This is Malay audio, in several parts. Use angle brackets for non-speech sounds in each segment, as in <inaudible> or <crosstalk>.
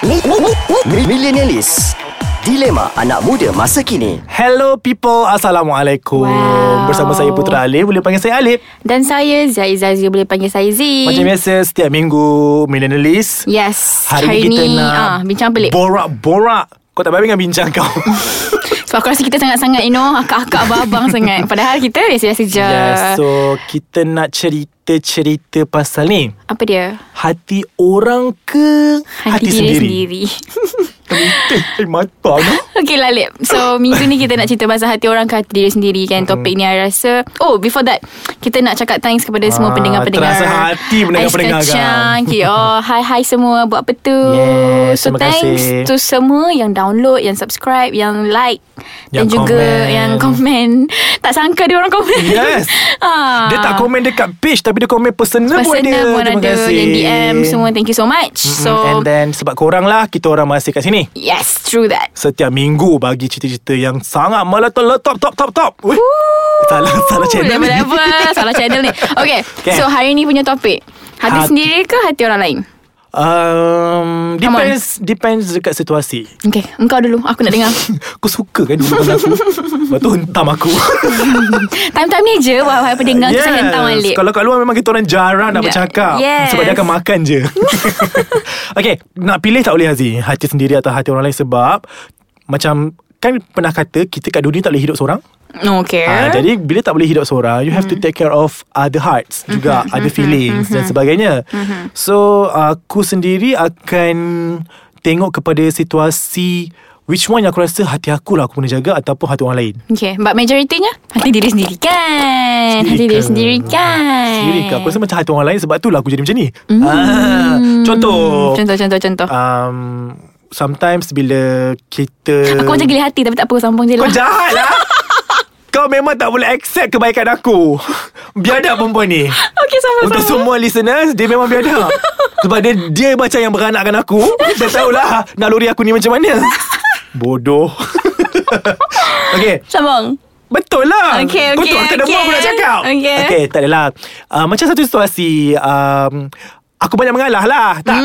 Mi- mi- mi- mi- Millenialis Dilema anak muda masa kini Hello people, Assalamualaikum Wow. Bersama saya Putra Alif Boleh panggil saya Alif Dan saya Zai Zazia boleh panggil saya Z Macam biasa setiap minggu Millennialist Yes Hari, ini kita nak ah, Bincang pelik Borak-borak Kau tak baik dengan bincang <laughs> kau Sebab aku rasa kita sangat-sangat You know Akak-akak abang-abang <laughs> sangat Padahal kita biasa-biasa je Yes So kita nak cerita-cerita pasal ni Apa dia? Hati orang ke Hati, diri sendiri, sendiri. <laughs> Eh mata no? Okay lah Lip <coughs> So minggu ni kita nak cerita Pasal hati orang ke hati diri sendiri Hmm. kan Topik ni I rasa Oh before that Kita nak cakap thanks Kepada semua Ah, pendengar-pendengar terasa hati pendengar-pendengar Ais kan. kacang okay, Oh hi hi semua Buat apa tu Yes, So terima thanks kasih. to semua Yang download Yang subscribe Yang like Dan Yang juga komen. Yang komen <laughs> Tak sangka dia orang komen Yes. <laughs> ah. Dia tak komen dekat page Tapi dia komen personal, pun ada Personal pun Terima ada kasih Yang DM semua Thank you so much So Mm, And then sebab korang lah Kita orang masih kat sini Yes true that Setiap minggu Bagi cerita-cerita yang Sangat meletup Top top top top Wih. Salah Salah channel ni Oh, Level-level Salah channel ni okay. Okay. okay So hari ni punya topik Hati Hati. sendiri ke hati orang lain? um, Come on. Depends Depends dekat situasi Okay Engkau dulu Aku nak <laughs> dengar Kau suka kan dulu dengan <laughs> aku Lepas tu hentam aku Time-time ni je Wahai pendengar yes. Kita hentam balik Kalau kat luar memang kita orang jarang nak Ya. bercakap Yes. Sebab dia akan makan <laughs> je Okay Nak pilih tak boleh Haziq Hati sendiri atau hati orang lain sebab Macam Kan pernah kata Kita kat dunia tak boleh hidup seorang No okay Ah, jadi bila tak boleh hidup seorang, you Hmm. have to take care of other hearts juga, other feelings dan sebagainya. Hmm. So aku sendiri akan tengok kepada situasi which one yang aku rasa hati aku lah aku kena jaga ataupun hati orang lain. Okay But majoritinya Hati diri sendiri kan Hati Sendiri diri ke? sendiri kan Sendiri ke? Aku rasa macam hati orang lain sebab tu lah aku jadi macam ni. Ah, contoh. Hmm. Contoh contoh contoh Um, sometimes bila kita Aku macam geli hati Tapi tak apa Sambung je Kau lah jahat lah Kau memang tak boleh accept kebaikan aku Biadab perempuan ni <laughs> Okay Untuk semua sama-sama listeners Dia memang biadab Sebab dia Dia macam yang beranakkan aku Dia tahulah Naluri aku ni macam mana Bodoh <laughs> Okay <laughs> Sambung Betul lah Okey, Kau okey, tu aku dengar okey. aku nak cakap Okey. okay tak adalah uh, Macam satu situasi um, Aku banyak mengalah lah Tak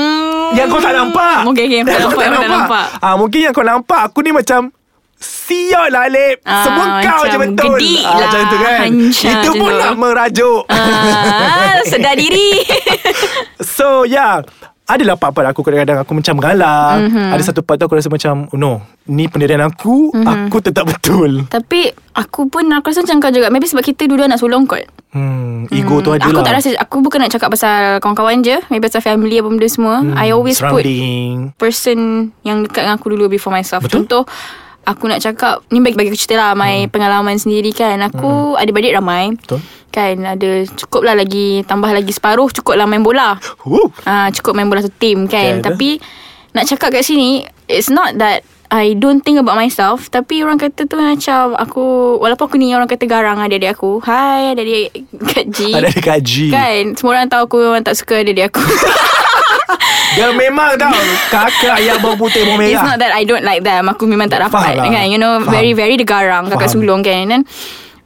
Hmm. Yang kau tak nampak Okey, okey, aku Yang kau tak nampak, aku tak nampak. Ah, Mungkin yang kau nampak Aku ni macam Sial lah Lip Ah, Semua kau je macam betul gedik Ah, lah, Macam tu kan hancur Itu macam pun tu. nak merajuk <laughs> ah, Sedar diri So yeah Adalah part-part aku kadang-kadang Aku macam mengalah Mhm. mm-hmm. Ada satu part tu aku rasa macam oh, No Ni pendirian aku mm-hmm. Aku tetap betul Tapi Aku pun Aku rasa macam kau juga Maybe sebab kita dulu Nak sulung kot hmm, Ego tu ada Aku lah tak rasa Aku bukan nak cakap pasal Kawan-kawan je Maybe pasal family Apa benda semua hmm, I always put Surrounding Person Yang dekat dengan aku dulu Before myself Betul. Contoh Aku nak cakap Ni bagi, bagi aku cerita lah My pengalaman sendiri kan Aku hmm. adik-beradik ramai Betul. Kan ada Cukup lah lagi Tambah lagi separuh Cukup lah main bola Woo. uh, cukup main bola satu team Betul, kan. betul. Tapi nak cakap kat sini it's not that I don't think about myself Tapi orang kata tu macam Aku Walaupun aku ni orang kata garang Adik-adik aku Hai adik-adik Kak G Ada dekat G Eh, Kan Semua orang tahu aku memang tak suka adik-adik aku Dia memang tau Kakak yang bau putih bau It's merah not that I don't like them Aku memang tak Faham rapat lah. kan You know Faham. Very very dia garang Kakak Faham. sulung kan And then,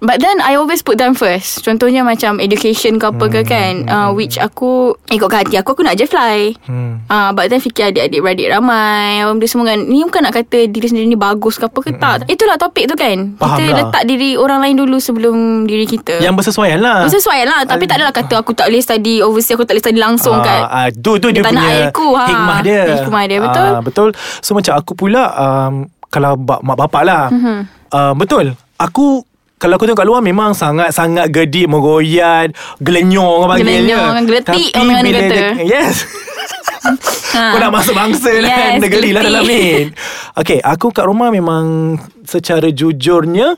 But then I always put them first Contohnya macam Education ke apa ke Hmm, kan uh, Which aku Ikut ke hati aku Aku nak je fly Hmm. Ah, but then fikir adik-adik beradik ramai Orang benda semua kan Ni bukan nak kata Diri sendiri ni bagus ke apa ke tak Itulah topik tu kan Hmm. Faham Kita lah. letak diri orang lain dulu Sebelum diri kita Yang bersesuaian lah Sesuai lah Tapi tak adalah kata Aku tak boleh study Overseas aku tak boleh study langsung kan? kat Ah, ah, tu tu dia, Di tanah punya airku, ha. hikmah dia. Hikmah dia, betul. Ah, betul. So macam aku pula um, kalau bak, mak bapak lah. Mhm. Mm-hmm. Uh, betul. Aku kalau aku tengok kat luar memang sangat-sangat gedik, menggoyat, gelenyor orang panggil Gelenyor, dia. orang geletik, Tapi orang mana bila kata. dia- <laughs> Yes. ha. Kau nak masuk bangsa yes, kan Yes, Dah geli lah geli. dalam ni <laughs> Okay Aku kat rumah memang Secara jujurnya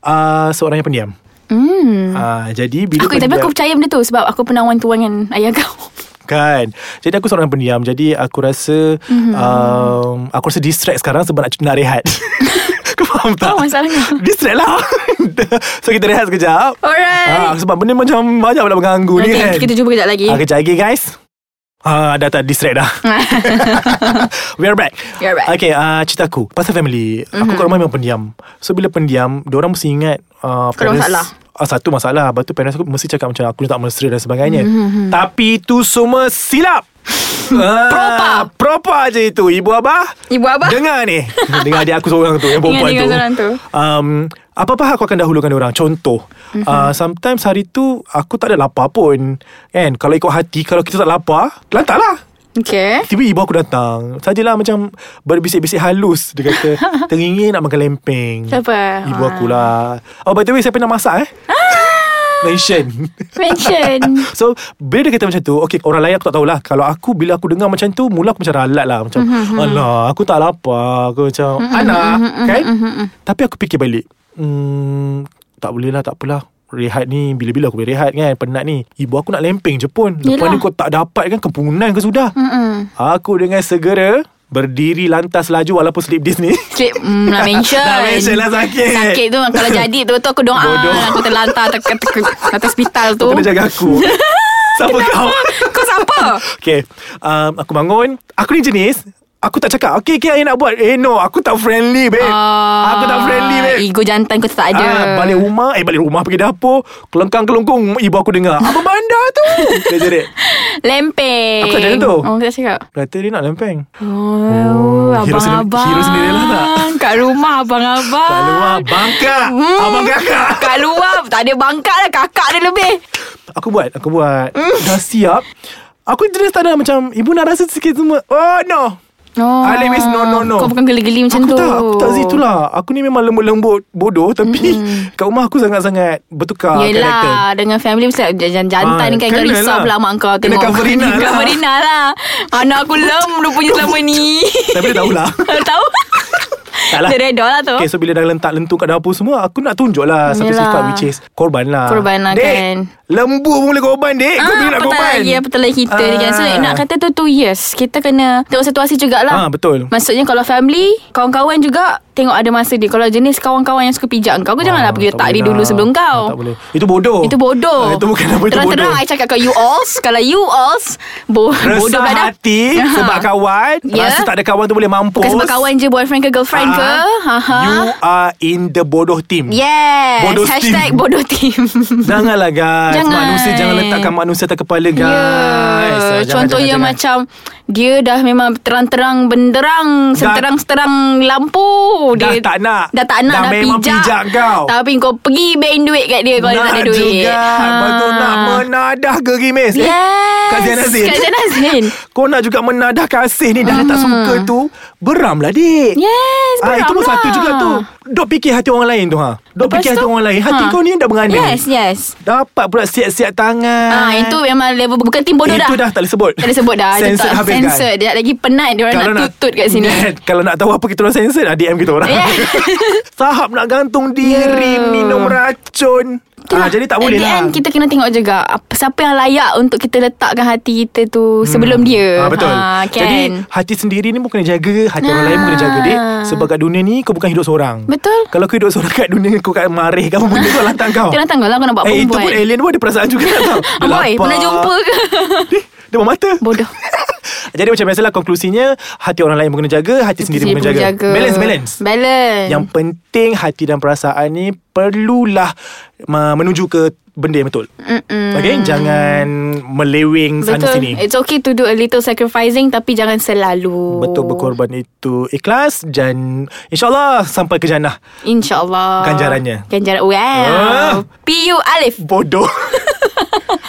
uh, Seorang yang pendiam hmm. uh, Jadi bila Aku tapi pendiam- aku percaya benda tu Sebab aku pernah one to one dengan ayah kau Kan Jadi aku seorang pendiam Jadi aku rasa mm-hmm. um, Aku rasa distract sekarang Sebab nak, nak rehat Kau faham tak? Apa masalahnya? Distract lah <laughs> So kita rehat sekejap ah, Alright Sebab benda macam Banyak pula mengganggu ni Okay, kan kita jumpa kejap lagi ah, Kejap lagi guys Ah, dah tak distract <laughs> dah We are back We are back. Mhm. Okay uh, cerita aku Pasal family mm-hmm. Aku kat rumah memang pendiam So bila pendiam Diorang mesti ingat uh, Kau ada parents- masalah? Ah, satu Mhm, <laughs> masalah Lepas tu parents aku mesti cakap macam Aku ni tak mesra dan sebagainya mm-hmm. Tapi itu semua silap Propa Propa je itu Ibu Abah Ibu Abah Dengar <laughs> ni Dengar adik aku seorang tu Yang perempuan Dengar tu, dia seorang tu. Um, Apa-apa aku akan dahulukan orang Contoh mm-hmm. Mhm. uh, Sometimes hari tu Aku tak ada lapar pun Kan Kalau ikut hati Kalau kita tak lapar Lantarlah Okay Tiba ibu aku datang Sajalah macam Berbisik-bisik halus Dia <laughs> kata Teringin nak makan lempeng Siapa? Ah. Ibu akulah Oh by the way Siapa nak masak eh Ah. Mention Mention <laughs> So Bila dia kata macam tu Okay orang lain aku tak tahulah Kalau aku Bila aku dengar macam tu Mula aku macam ralat lah Macam Mhm, mm-hmm. Alah aku tak lapar Aku macam mm-hmm. Anak mhm, mm-hmm. Kan mm-hmm. Tapi aku fikir balik hmm, Tak boleh lah tak apalah Rehat ni Bila-bila aku boleh rehat kan Penat ni Ibu aku nak lempeng je pun Lepas Yelah. Mhm, ni kau tak dapat kan Kempungan ke sudah mm-hmm. Aku dengan segera Berdiri lantas laju Walaupun sleep Disney Slip mm, Nak mention <laughs> Nak mention lah sakit. Sakit tu Kalau jadi tu tu Aku doa Bodoh. Aku terlantar ter, ter, ter, Atas hospital tu Kena jaga <laughs> aku Siapa kau Kau <laughs> siapa? Okay um, Aku bangun Aku ni jenis Aku tak cakap Okay okay ayah nak buat Eh no Aku tak friendly babe Eh, Aku tak friendly babe Ah, Ego jantan kau tak ada Ah, balik rumah Eh balik rumah pergi dapur Kelengkang-kelengkung Ibu aku dengar Apa bandar tu Dia jerit Lempeng Aku tak cakap tu. Oh tak cakap Kata dia nak lempeng hero Oh, abang-abang sendiri- hero sendiri lah tak? Kat rumah abang-abang Kat luar Bangka Ah. Hmm. Abang kakak Kat luar Tak ada bangkat lah Kakak dia lebih Aku buat Aku buat Hmm. Dah siap Aku jenis tak ada macam Ibu nak rasa sikit semua Oh no oh, Alim is no, no, no. Kau bukan geli-geli macam aku tu tak Aku tak situ lah Aku ni memang lembut-lembut Bodoh Tapi mm-hmm. Kat rumah aku sangat-sangat Bertukar karakter Hmm. Ah, Yelah Dengan family Mesti jantan jantan Ah, ni kan kena Kau risau lah. pula mak kau Kena tengok. <laughs> coverina lah. Coverina lah Anak aku lem Rupanya selama <laughs> ni Tapi dia tahulah <laughs> Tahu Tak lah Dia reda lah tu Okay so bila dah lentak lentung kat dapur semua Aku nak tunjuk lah Satu Yelah. sifat which is Korban lah Korban lah, Dek, kan. Lembu pun boleh korban dek Kau bila nak Eh, patah korban lagi Patah lagi Ya, kita ni kan So Ah. nak kata tu two years Kita kena Tengok situasi jugalah Ah, betul. Maksudnya kalau family Kawan-kawan juga Tengok ada masa dia Kalau jenis kawan-kawan yang suka pijak kau Kau janganlah pergi tak letak dia boleh dulu lah. sebelum kau Ah, Tak boleh Itu bodoh Itu bodoh Ah, Itu bukan apa Itu bodoh Terang-terang I cakap kau you alls Kalau you alls bo- Resah Bodoh pula dah <laughs> hati Aha. Sebab kawan Ya. Rasa tak ada kawan tu boleh mampus Bukan sebab kawan je Boyfriend ke girlfriend ke Ah, Haha. You are in the bodoh team Yes Bodoh Hashtag team. bodoh team Janganlah guys Jangan. Manusia jangan letakkan manusia atas kepala guys Ya, Ah, jangan, jangan, Contohnya macam Dia dah memang terang-terang Dah- Benderang Seterang-seterang lampu Dah dia, tak nak. Dah tak nak Dah Dah, memang pijak. pijak kau. Tapi kau pergi bank duit kat dia Kalau jangan. dia tak ada Nak duit juga ha. Ha. Betul nak menadah gerimis eh? Yes Kak Zainal Zain. Kak Zainal Zain Kau nak juga menadah kasih ni Dah tak suka tu Beramlah dik Yes Ah, itu pun beramlah. satu juga tu Dok fikir hati orang lain tu ha. Dok Lepas fikir hati tu, orang lain Hati ha. kau ni dah mengandung Yes yes Dapat pula siap-siap tangan Ah, itu memang level bukan tim bodoh dah. Itu dah tak boleh sebut Tak boleh sebut dah. Itu Censored tak- habis Censored. Dia lagi penat dia orang nak tutut kat sini. <laughs> Kalau nak tahu apa kita orang sensor Dah DM kita orang Yeah. <laughs> Sahab nak gantung diri Yeah. Minum racun ah, Jadi tak boleh At the lah end kita kena tengok juga apa, Siapa yang layak untuk kita letakkan hati kita tu Sebelum dia Ah, betul kan? Jadi hati sendiri ni pun kena jaga Hati orang lain pun kena jaga dek Ah. Sebab kat dunia ni Kau bukan hidup seorang Betul. Kalau kau hidup seorang kat dunia Kau kat marih Kau benda kau lantang kau Kena tanggung lah kau nak buat oh. Eh itu perempuan pun alien pun ada perasaan juga tak <laughs> tahu Dia Amboi, lapar. pernah <laughs> jumpa ke? Eh, Dia bermata Bodoh <laughs> Jadi macam biasalah konklusinya Hati orang lain pun kena jaga Hati sendiri pun kena jaga. Balance balance Balance Yang penting hati dan perasaan ni perlulah uh, menuju ke benda yang betul. Mm-mm. Okay, jangan meleweng sana Hmm. Betul sini. It's okay to do a little sacrificing Tapi jangan selalu Betul berkorban itu ikhlas dan insyaallah sampai ke jannah. InsyaAllah Ganjarannya. Ganjaran Wow Ah. PU Alif <laughs> Bodoh.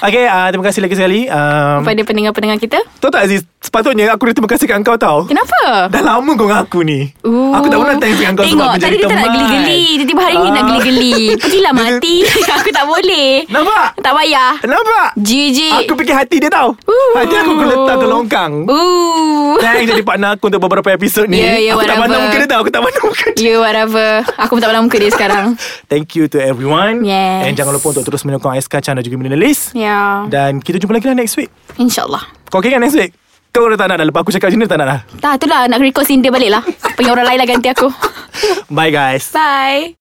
okay, uh, terima kasih lagi sekali. Um, Kepada pendengar-pendengar kita tahu tak Aziz, sepatutnya aku dah terima kasih kat kau tau. Kenapa? Dah lama kau dengan aku ni. Ooh. Aku tak pernah thanks dengan kau sebab Tengok, menjadi tadi kita teman. nak geli-geli Tiba-tiba hari ni Ah. nak geli-geli Pergilah <laughs> mati Aku tak boleh Nampak? Tak payah Nampak? GG Aku fikir hati dia tau. Ooh. Hati aku aku letak ke longkang. Ooh Thanks jadi partner aku untuk beberapa episod ni. Yeah, yeah, aku tak whatever. pandang muka dia tau. Aku tak pandang muka dia. You Ya, whatever Aku pun tak pandang muka dia sekarang Thank you to everyone. Yes. And jangan lupa untuk terus menyokong Ais Kacang dan juga Millennialist. Ya yeah. Dan kita jumpa lagi lah next week. InsyaAllah Kau okay kan next week? Kau dah tak nak dah. Lepas aku cakap macam ni dah tak nak dah. Tak itulah nak record Cinder balik lah Pengen orang lain lah ganti aku Bye guys. Bye